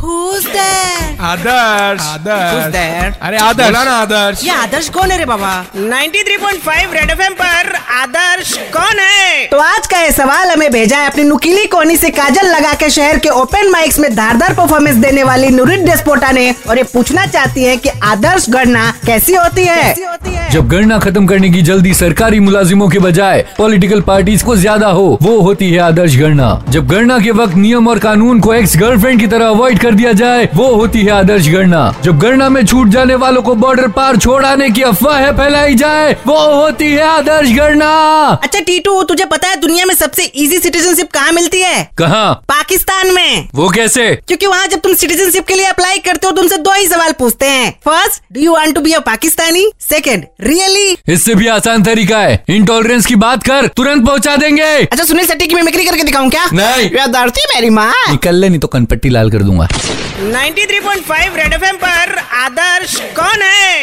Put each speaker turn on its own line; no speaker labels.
who's there?
Adarsh
Who's there?
Adarsh अरे आदर्श बोला ना आदर्श
ये आदर्श कौन है रे बाबा
93.5 रेड एफएम पर आदर्श कौन है
तो आज का ये सवाल हमें भेजा है अपनी नुकीली कोनी से काजल लगा के शहर के ओपन माइक्स में धारदार परफॉर्मेंस देने वाली नुरिन डेस्पोटा ने और ये पूछना चाहती है कि आदर्श गणना कैसी होती है
जब गणना खत्म करने की जल्दी सरकारी मुलाजिमों के बजाय पॉलिटिकल पार्टीज को ज्यादा हो वो होती है आदर्श गणना जब गणना के वक्त नियम और कानून को एक्स गर्लफ्रेंड की तरह अवॉइड कर दिया जाए वो होती है आदर्श गणना जब गणना में छूट जाने वालों को बॉर्डर पार छोड़ाने की अफवाह फैलाई जाए वो होती है आदर्श गणना
अच्छा टीटू तुझे पता है दुनिया में सबसे इजी सिटीजनशिप कहाँ मिलती है
कहा
पाकिस्तान में
वो कैसे
क्योंकि वहाँ जब तुम सिटीजनशिप के लिए अप्लाई करते हो तुमसे दो ही सवाल पूछते हैं first do you want to be a Pakistani second really
इससे भी आसान तरीका है इंटॉलरेंस की बात कर तुरंत पहुंचा देंगे
अच्छा सुनील शेट्टी की मिमिक्री करके दिखाऊं क्या
नहीं।
ये धरती मेरी माँ
निकल ले नहीं तो कनपट्टी लाल कर दूंगा
93.5 रेड एफएम पर आदर्श कौन है